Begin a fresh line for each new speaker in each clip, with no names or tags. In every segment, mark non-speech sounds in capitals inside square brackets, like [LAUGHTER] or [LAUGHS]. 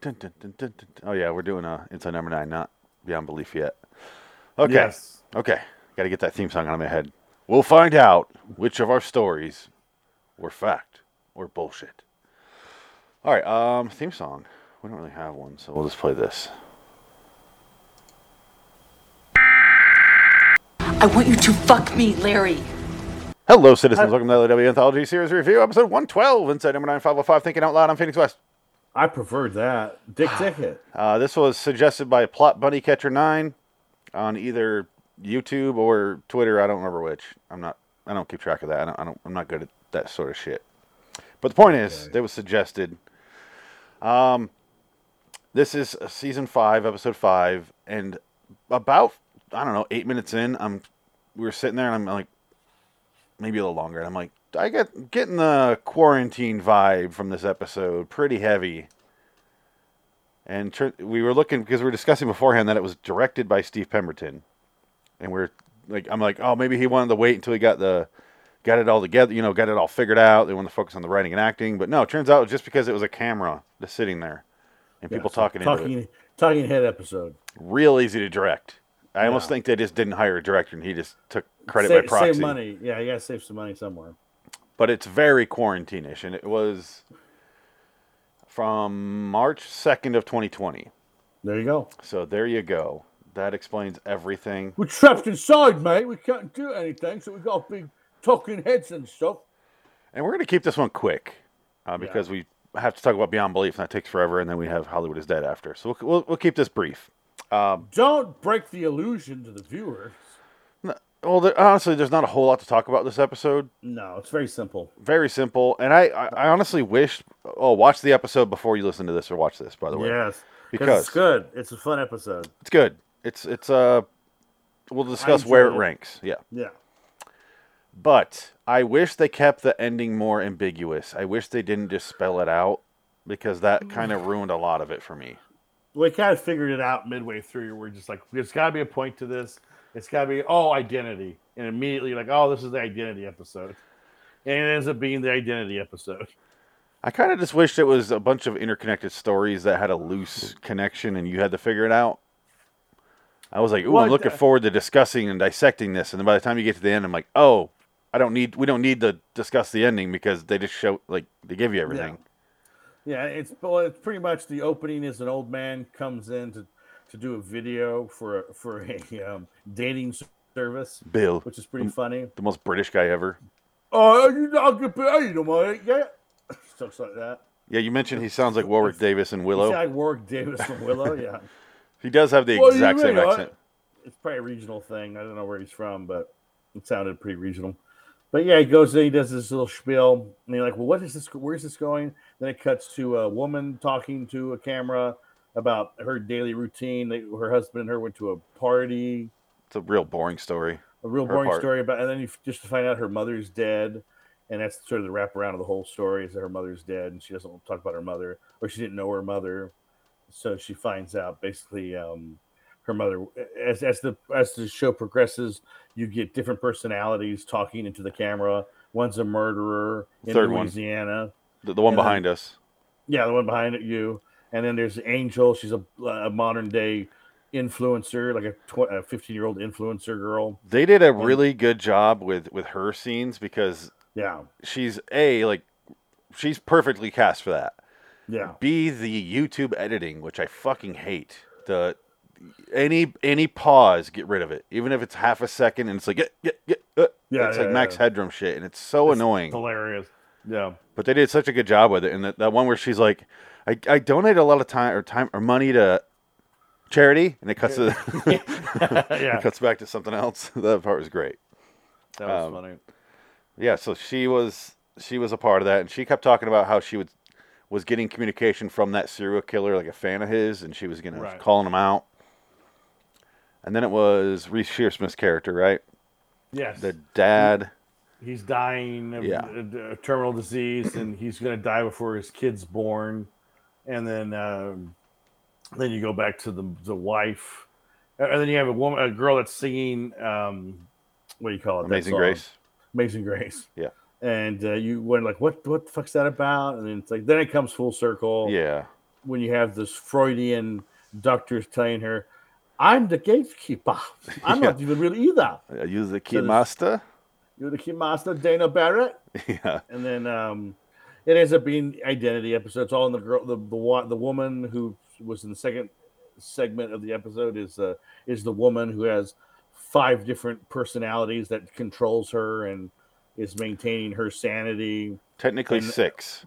Dun, dun, dun, dun, dun, dun. Oh yeah, we're doing uh, Inside Number Nine, not Beyond Belief yet. Okay.
Yes.
Okay. Got to get that theme song out of my head. We'll find out which of our stories were fact or bullshit. All right. Um, theme song. We don't really have one, so we'll just play this.
I want you to fuck me, Larry.
Hello, citizens. Welcome to LAW Anthology Series Review, episode 112, Inside Number 9505, Thinking Out Loud on Phoenix West.
I preferred that. Dick Ticket.
Uh, this was suggested by Plot Bunny Catcher Nine on either YouTube or Twitter. I don't remember which. I'm not. I don't keep track of that. I don't. I don't I'm not good at that sort of shit. But the point is, it was suggested. Um, this is season five, episode five, and about I don't know eight minutes in, I'm we were sitting there and I'm like, maybe a little longer, and I'm like, I get getting the quarantine vibe from this episode pretty heavy. And tur we were looking because we were discussing beforehand that it was directed by Steve Pemberton, and we're like, I'm like, oh, maybe he wanted to wait until he got the got it all together, you know, got it all figured out. They want to focus on the writing and acting, but no, it turns out just because it was a camera just sitting there and people
Yes.
talking, into it
talking, talking head episode.
real easy to direct. I almost
Yeah.
think they just didn't hire a director and he just took credit
save,
by proxy.
Save money. Yeah, you gotta save some money somewhere.
But it's very quarantine-ish, and it was from March second of 2020.
There you go.
So there you go. That explains everything.
We're trapped inside, mate. We can't do anything, so we gotta be talking heads and stuff.
And we're gonna keep this one quick uh, because we have to talk about Beyond Belief, and that takes forever. And then we have Hollywood is Dead after, so we'll we'll, we'll keep this brief.
Don't break the illusion to the viewers.
Well, there, honestly, there's not a whole lot to talk about this episode.
No, it's very simple.
Very simple, and I, I, I honestly wish. Oh, watch the episode before you listen to this, or watch this. By the way,
Yes, because
Because-
it's good. It's a fun episode.
It's good. It's it's uh we'll discuss
enjoyed
where it
it.
ranks. Yeah.
Yeah,
But I wish they kept the ending more ambiguous. I wish they didn't just spell it out because that kind of ruined a lot of it for me.
we kind of figured it out midway through. We're just like, there's got to be a point to this. It's got to be oh, identity, and immediately you're like, oh, this is the identity episode, and it ends up being the identity episode.
I kind of just wished it was a bunch of interconnected stories that had a loose connection and you had to figure it out. I was like, "Ooh,
Well,
I'm looking
uh,
forward to discussing and dissecting this." And then by the time you get to the end, I'm like, "Oh, I don't need we don't need to discuss the ending because they just show like they give you everything."
yeah. It's well, it's pretty much the opening is an old man comes in to, to do a video for a, for a um, dating service,
Bill,
which is pretty funny.
the most British guy ever.
Oh, you not get paid, am I? Yeah, [LAUGHS] stuff like that.
Yeah, you mentioned he sounds like Warwick Davis in
Hello?
Willow.
like Warwick Davis from Willow. Yeah,
He does have the
Well, you
exact same
mean, I-
accent.
it's probably a regional thing. I don't know where he's from, but it sounded pretty regional. But yeah, he goes in, he does this little spiel, and you're like, "Well, what is this? Where's this going?" Then it cuts to a woman talking to a camera about her daily routine. They, her husband and her went to a party,
It's a real boring story.
a real
Her
boring
part.
story about, and then you f- just find out her mother's dead, and that's sort of the wraparound of the whole story is that her mother's dead, and she doesn't want to talk about her mother, or she didn't know her mother, so she finds out basically um, her mother. As as the as the show progresses, you get different personalities talking into the camera. One's a murderer in
Third one.
Louisiana.
The, the one
And then-
behind us.
Yeah, the one behind you. And then there's Angel. She's a, a modern day influencer, like a tw- a 15 year old influencer girl.
They did a really good job with with her scenes because
Yeah,
she's a like she's perfectly cast for that.
yeah.
B the YouTube editing, which I fucking hate. The any any pause, get rid of it. Even if it's half a second and it's like yeah, yeah, yeah, uh,
Yeah,
it's
yeah,
like
yeah,
Max
yeah.
Headroom shit and it's so annoying.
Hilarious.
[LAUGHS]
Yeah.
But they did such a good job with it. And that, that one where she's like, I, I donate a lot of time or time or money to charity and it cuts to
[LAUGHS]
yeah,
it cuts back to something else. [LAUGHS] that part was great.
that was
um,
funny.
Yeah, so she was she was a part of that, and she kept talking about how she would was getting communication from that serial killer, like a fan of his, and she was gonna
Right.
calling him out. And then it was Reese Shearsmith's character, right?
Yes,
The dad.
he's dying of
Yeah.
uh, terminal disease, and he's going to die before his kid's born, and then um, then you go back to the the wife, and then you have a woman, a girl that's singing. Um,
What do you call it? that
Amazing
song?
Grace.
Amazing Grace.
Yeah.
And uh, you went like, what? What the fuck's that about? And then it's like, then it comes full circle.
Yeah.
when you have this Freudian doctors telling her, "I'm
[LAUGHS]
the gatekeeper. I'm not even real either.
I use the
this-
keymaster.
You're the key master, Dana Barrett."
Yeah.
and then um, it ends up being identity episode. It's all in the girl, the the, wa- the woman who was in the second segment of the episode is uh, is the woman who has five different personalities that controls her and is maintaining her sanity.
Technically
And-
six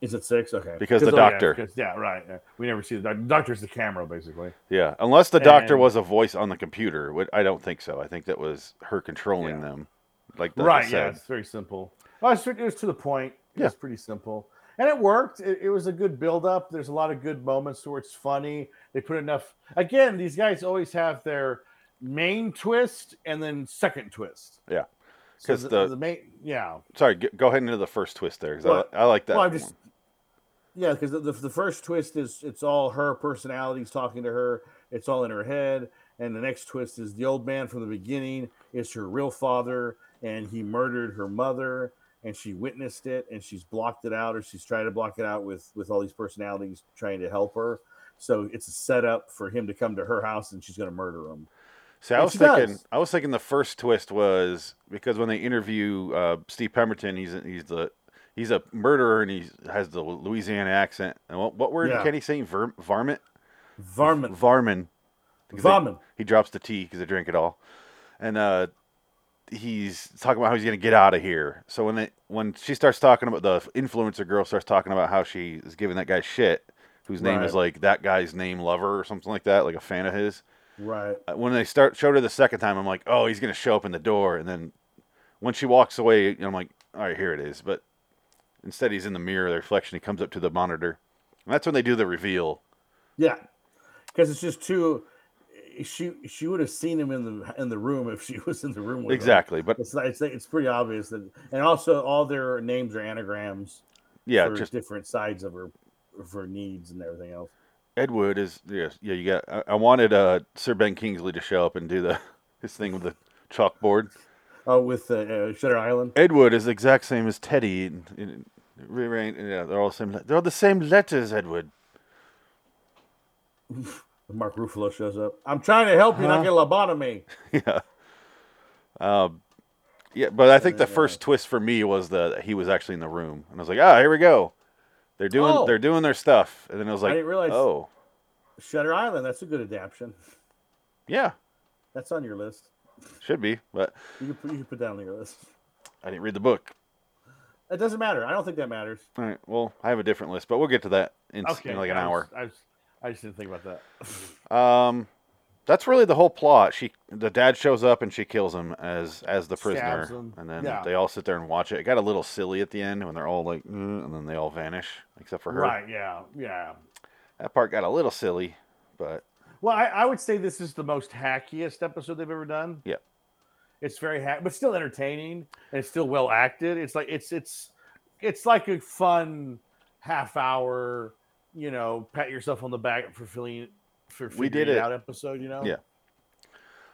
Is it six? Okay,
because the
oh, yeah,
doctor.
'cause- yeah, right. yeah. We never see the doctor. Doctor's the camera, basically.
Yeah, unless the doctor
And-
was a voice on the computer, which I don't think so. I think that was her controlling
Yeah.
them. Like that
Right.
said.
Yeah. It's very simple. Well, it's, it was to the point. It
Yeah.
was pretty simple. And it worked. It, it was a good build up. There's a lot of good moments where it's funny. They put enough. Again, these guys always have their main twist and then second twist.
Yeah.
So
'Cause
the,
the-
the, main, yeah.
Sorry, g- go ahead into the first twist there because
Well-
I, I like that.
well, I'm just
one.
yeah, because the, the the first twist is it's all her personalities talking to her. It's all in her head, and the next twist is the old man from the beginning is her real father, and he murdered her mother, and she witnessed it, and she's blocked it out, or she's trying to block it out with with all these personalities trying to help her. So it's a setup for him to come to her house, and she's going to murder him.
See, I
and
was
she
thinking,
does.
I was thinking the first twist was because when they interview uh, Steve Pemberton, he's he's the he's a murderer and he has the Louisiana accent. And what, what word
Yeah.
can he say? Ver- varmint,
Varmint,
varmin. Because they-
Varmin.
He drops the tea because they drink it all, and uh, he's talking about how he's gonna get out of here. So when they when she starts talking about the influencer girl starts talking about how she is giving that guy shit, whose name is like that guy's name lover or something like that, like a fan of his.
right?
Uh, When they start showed her the second time, I'm like, oh, he's gonna show up in the door, and then when she walks away, I'm like, all right, here it is. But instead, he's in the mirror, the reflection. He comes up to the monitor, and that's when they do the reveal.
Yeah, because it's just too. She she would have seen him in the in the room if she [LAUGHS] was in the room. With him.
Exactly, but
It's not, it's it's pretty obvious that, and also all their names are anagrams
yeah,
for
just
different sides of her of her needs and everything else.
Ed Wood is yes, yeah. You got. I, I wanted uh, Sir Ben Kingsley to show up and do the [LAUGHS] his thing with the chalkboard.
Oh, with uh, uh, Shutter Island.
Ed Wood is the exact same as Teddy. In, in, rearrange- yeah, they're all the same. le- They're all the same letters, Edward.
Mark Ruffalo shows up. I'm trying to help you
Uh-huh.
not get a lobotomy.
yeah. Um, yeah, but I think the first twist for me was that he was actually in the room, and I was like, ah, here we go. They're doing
Oh.
they're doing their stuff, and then I was like,
didn't realize-
oh
Shutter Island. That's a good adaptation.
yeah,
That's on your list.
should be, but
You can put, you can put that on your list.
I didn't read the book.
It doesn't matter. I don't think that matters.
All right, well, I have a different list, but we'll get to that in, s- in like an
I
hour.
was- I, was- I just didn't think about that.
Um, that's really the whole plot. She, the dad shows up and she kills him as as the prisoner,
Stabs him.
and then
Yeah.
they all sit there and watch it. It got a little silly at the end when they're all like, "Mm," and then they all vanish except for her.
Right. Yeah. Yeah.
That part got a little silly, but
Well, I, I would say this is the most hackiest episode they've ever done.
Yeah.
It's very hack, but still entertaining and it's still well acted. It's like it's it's it's like a fun half hour, you know, pat yourself on the back for feeling for
We
figuring
did
it
it.
out episode, you know?
Yeah.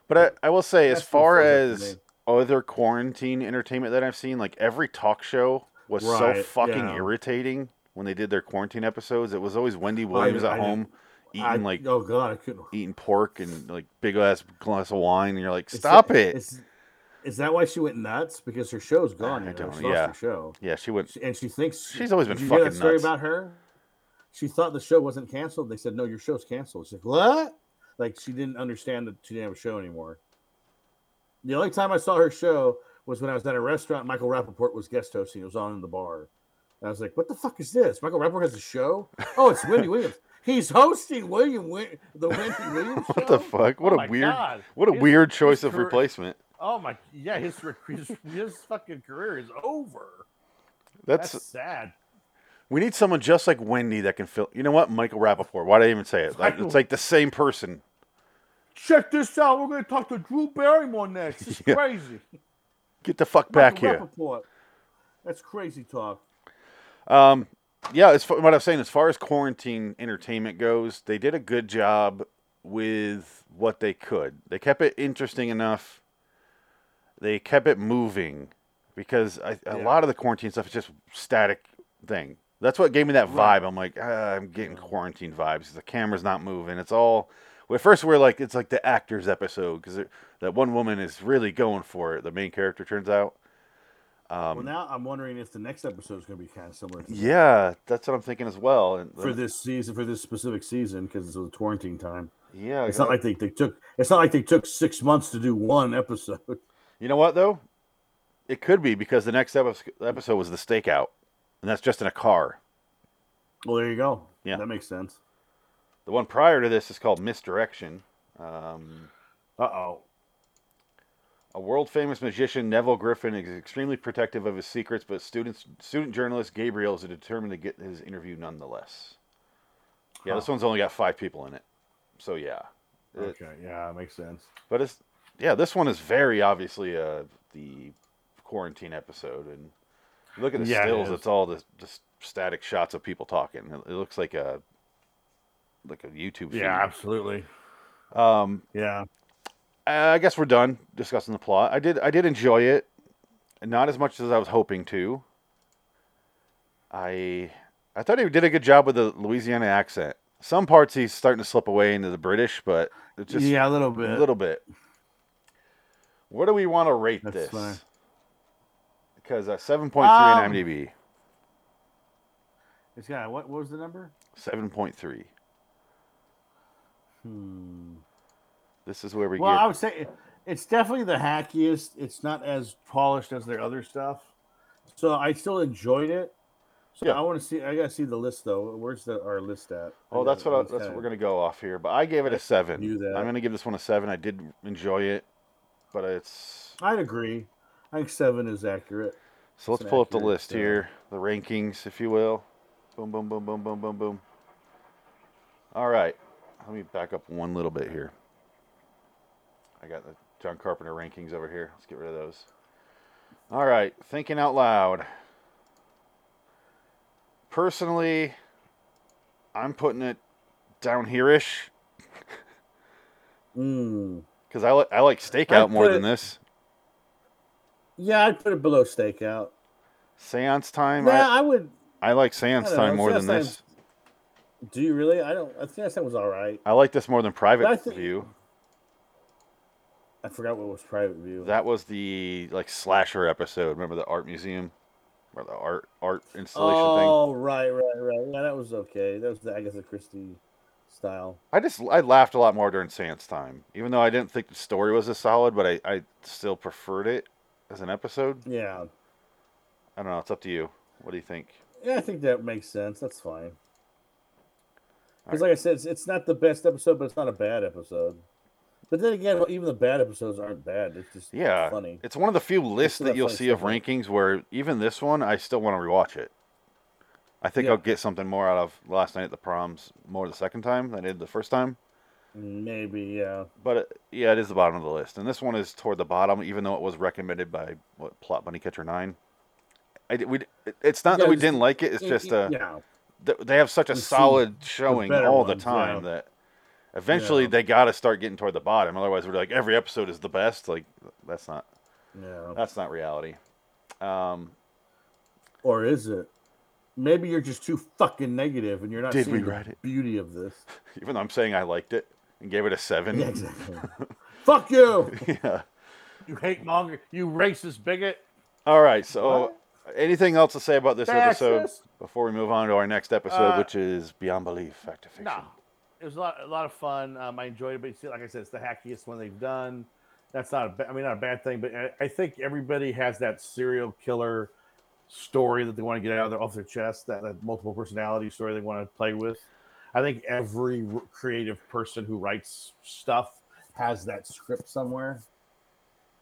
but I, I will say as
That's what
far
it feels
as
like to
other quarantine entertainment that I've seen, like every talk show was so
Right,
fucking
yeah.
irritating when they did their quarantine episodes. It was always Wendy Williams
I
at
know.
home eating
I-
like
oh god, I couldn't.
eating pork and like big ass glass of wine, and you're like,
Is
stop
that-
it.
Is, is that why she went nuts? Because her show's gone.
I
you know?
don't-
She lost
yeah.
her show.
Yeah, she went.
She- and she thinks
She's always been
did you hear
fucking
that story
nuts.
about her. She thought the show wasn't canceled. They said no, your show's canceled. She's like, what? Like she didn't understand that she didn't have a show anymore. The only time I saw her show was when I was at a restaurant. Michael Rappaport was guest hosting. It was on in the bar. And I was like, what the fuck is this? Michael Rappaport has
[LAUGHS]
a show? Oh, it's Wendy Williams. He's hosting William Win- the Wendy
[LAUGHS]
Williams show.
What the fuck? What
Oh
a
my
weird,
God.
what a
His-
weird choice
his
of
career-
replacement.
Oh my yeah, his his, his fucking career is over.
That's,
That's, sad.
we need someone just like Wendy that can fill. You know what, Michael Rappaport. Why did I even say it?
[LAUGHS]
Like, it's
Michael-
like the same person.
Check this out. We're gonna talk to Drew Barrymore next. It's
[LAUGHS] Yeah.
crazy.
Get the fuck
Michael
back here.
Rappaport. That's crazy talk.
Um, yeah, as far, what I'm saying, as far as quarantine entertainment goes, they did a good job with what they could. They kept it interesting enough. They kept it moving because I, a
Yeah.
lot of the quarantine stuff is just static thing. That's what gave me that
Right.
vibe. I'm like, ah, I'm getting quarantine vibes. The camera's not moving. It's all. well, At first, we we're like, it's like the actors episode because that one woman is really going for it. The main character turns out.
well, now I'm wondering if the next episode is going to be kind of similar to
Um, Yeah, that's what I'm thinking as well. And
for this season, for this specific season, because it's the quarantine time.
yeah,
It's not like they, they took. It's not like they took six months to do one episode. [LAUGHS]
You know what though? It could be because the next epi- episode was the stakeout, and that's just in a car.
Well, there you go.
Yeah.
that makes sense.
The one prior to this is called Misdirection. Um,
Uh oh.
a world famous magician, Neville Griffin, is extremely protective of his secrets, but students, student journalist Gabriel is determined to get his interview nonetheless. Yeah, this one's only got five people in it, so yeah. It-
Okay. Yeah, it makes sense.
But it's yeah, this one is very obviously uh, the quarantine episode, and you look at the
Yeah, it
stills.
is.
it's all the just static shots of people talking. It, it looks like a like a YouTube.
Yeah, absolutely.
Feed. Um,
Yeah.
Uh, I guess we're done discussing the plot. I did I did enjoy it, not as much as I was hoping to. I I thought he did a good job with the Louisiana accent. Some parts he's starting to slip away into the British, but it's just
yeah, a little bit.
a little bit. Where do we want to rate
That's
this?
fine.
Because uh, seven point three on
Um,
IMDb,
It's got what, what was the number?
seven point three.
Hmm.
This is where we
Well,
get.
I would say it- it's definitely the hackiest. It's not as polished as their other stuff.
So I still enjoyed it. So
Yeah.
I want to see. I gotta see the list though. Where's the our list at?
oh, that's what I, that's what we're gonna go off here. But I gave it a seven.
knew that.
I'm gonna give this one a seven. I did enjoy it, but it's
I'd agree. I think seven is accurate.
so. Let's
It's an
pull up the
accurate,
list
uh,
here, the rankings, if you will. Boom, boom, boom, boom, boom, boom, boom. All right, let me back up one little bit here. I got the John Carpenter rankings over here. Let's get rid of those. All right, thinking out loud. Personally, I'm putting it down here ish
Mm.
because I, li- I like stakeout
I'd
more
put
than
it-
this.
Yeah, I'd put it below stakeout.
Seance time,
Yeah, I would.
I, I like seance
I don't
time
know,
more than
seance
this.
Do you really? I don't. I think that was all right.
I like this more than private
I think-
view.
I forgot what was private view.
That was the like slasher episode. Remember the art museum or the art art installation thing?
oh, right, right, right. Yeah, that was okay. That was the Agatha Christie style.
I just I laughed a lot more during Sans time, even though I didn't think the story was as solid, but I I still preferred it as an episode.
Yeah,
I don't know. It's up to you. What do you think?
yeah. I think that makes sense. That's fine. Because,
All
like I said, it's, it's not the best episode, but it's not a bad episode. But then again, even the bad episodes aren't bad. It's just
Yeah,
funny.
it's one of the few lists
still
that
got
you'll
funny
see of
stuff in it.
rankings where even this one, I still want to rewatch it. I think
Yeah.
I'll get something more out of last night at the proms more the second time than I did the first time.
Maybe, yeah.
But uh, yeah, it is the bottom of the list, and this one is toward the bottom, even though it was recommended by what Plot Bunny Catcher Nine. I, di- we, d- it- it's not
Yeah,
that we
just-
didn't like it; it's just uh,
yeah.
th- they have such a
We've seen
solid showing
better
all the
ones,
time
yeah.
that eventually
Yeah.
they got to start getting toward the bottom. Otherwise, we're like every episode is the best. Like that's not
Yeah.
that's not reality. [LAUGHS] Um,
Or is it? Maybe you're just too fucking negative and you're not
Did we
seeing
write
the
it?
beauty of this.
[LAUGHS] even though I'm saying I liked it and gave it a seven.
Yeah, exactly. Fuck you!
[LAUGHS] yeah.
You hate monger. You racist bigot.
All right. So, anything else to say about this episode
Texas?
before we move on to our next episode,
Uh,
which is Beyond Belief, Fact or Fiction?
No, it was a lot, a lot of fun. Um, I enjoyed it, but you see, like I said, it's the hackiest one they've done. That's not a ba- I mean, not a bad thing, but I, I think everybody has that serial killer story that they want to get out of their, off their chest, that, that multiple personality story they want to play with. I think every r- creative person who writes stuff has that script somewhere.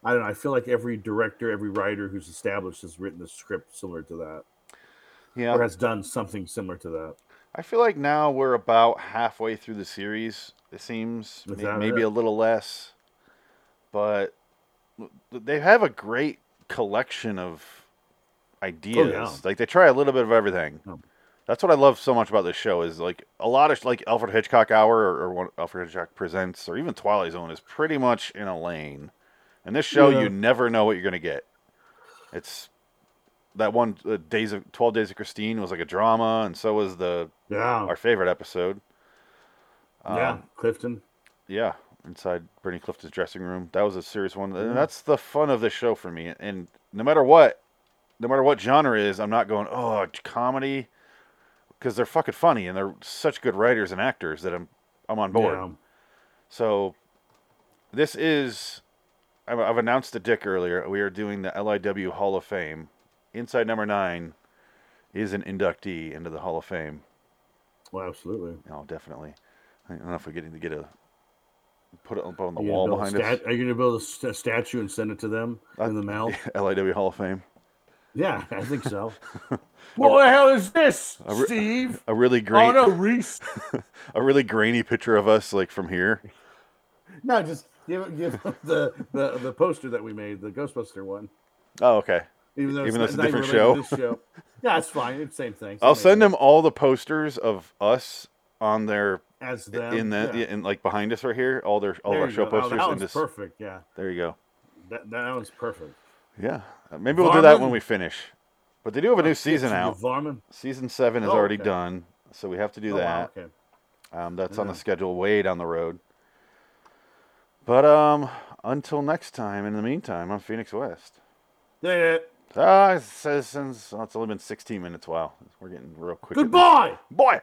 I don't know. I feel like every director, every writer who's established has written a script similar to that
Yeah.
or has done something similar to that.
I feel like now we're about halfway through the series. It seems
Is
May-
that
maybe
it?
a little less, but they have a great collection of ideas. Like they try a little bit of everything.
Oh.
That's what I love so much about this show is like a lot of like Alfred Hitchcock Hour or, or what Alfred Hitchcock Presents or even Twilight Zone is pretty much in a lane. And this show,
Yeah.
you never know what you're gonna get. It's that one uh, days of 12 days of christine was like a drama and so was the
Yeah.
our favorite episode Um,
yeah. Clifton.
yeah inside Brittany Clifton's dressing room. That was a serious one. And that's the fun of the show for me. And no matter what, no matter what genre it is, I'm not going, oh, comedy, because they're fucking funny and they're such good writers and actors that I'm I'm on board.
Yeah.
So this is I've I've announced the dick earlier. We are doing the LIW Hall of Fame. Inside number nine is an inductee into the Hall of Fame.
Well, absolutely.
Oh, definitely. I don't know if we're getting to get a put it up on the
Are you gonna
wall
build a
behind us. [LAUGHS]
stat- Are you going to build a st- statue and send it to them in the mail?
LIW Hall of Fame.
Yeah, I think
[LAUGHS]
so.
What the hell is this,
re- [LAUGHS]
Steve?
A really grainy,
Oh no, Reese.
a really grainy picture of us, like from
[LAUGHS]
here.
no, just give, give them the, the the poster that we made, the Ghostbuster one.
Oh, okay.
Even though
Even though it's a
not even
different
related to this show. Yeah, it's fine. It's the same thing.
I'll send
them
them all the posters of us on their
as them.
in the
yeah.
in like behind us right here. All their all of
There
our
you
show
go. Oh,
posters.
that
and
one's
just,
perfect. Yeah,
there you go.
that, that one's perfect.
Yeah, Uh, maybe we'll do that when
Varmin.
we finish. But they do have a new season
It's
out.
Varman.
Season seven is
Oh,
already
okay.
done, so we have to do
Oh,
that.
wow, okay.
Um, that's on the schedule way down the road. But um, until next time. In the meantime, I'm Phoenix West.
Yeah, yeah.
Ah, citizens. Oh, it's only been 16 minutes. Wow. We're getting real quick. in this.
Goodbye.
Boy.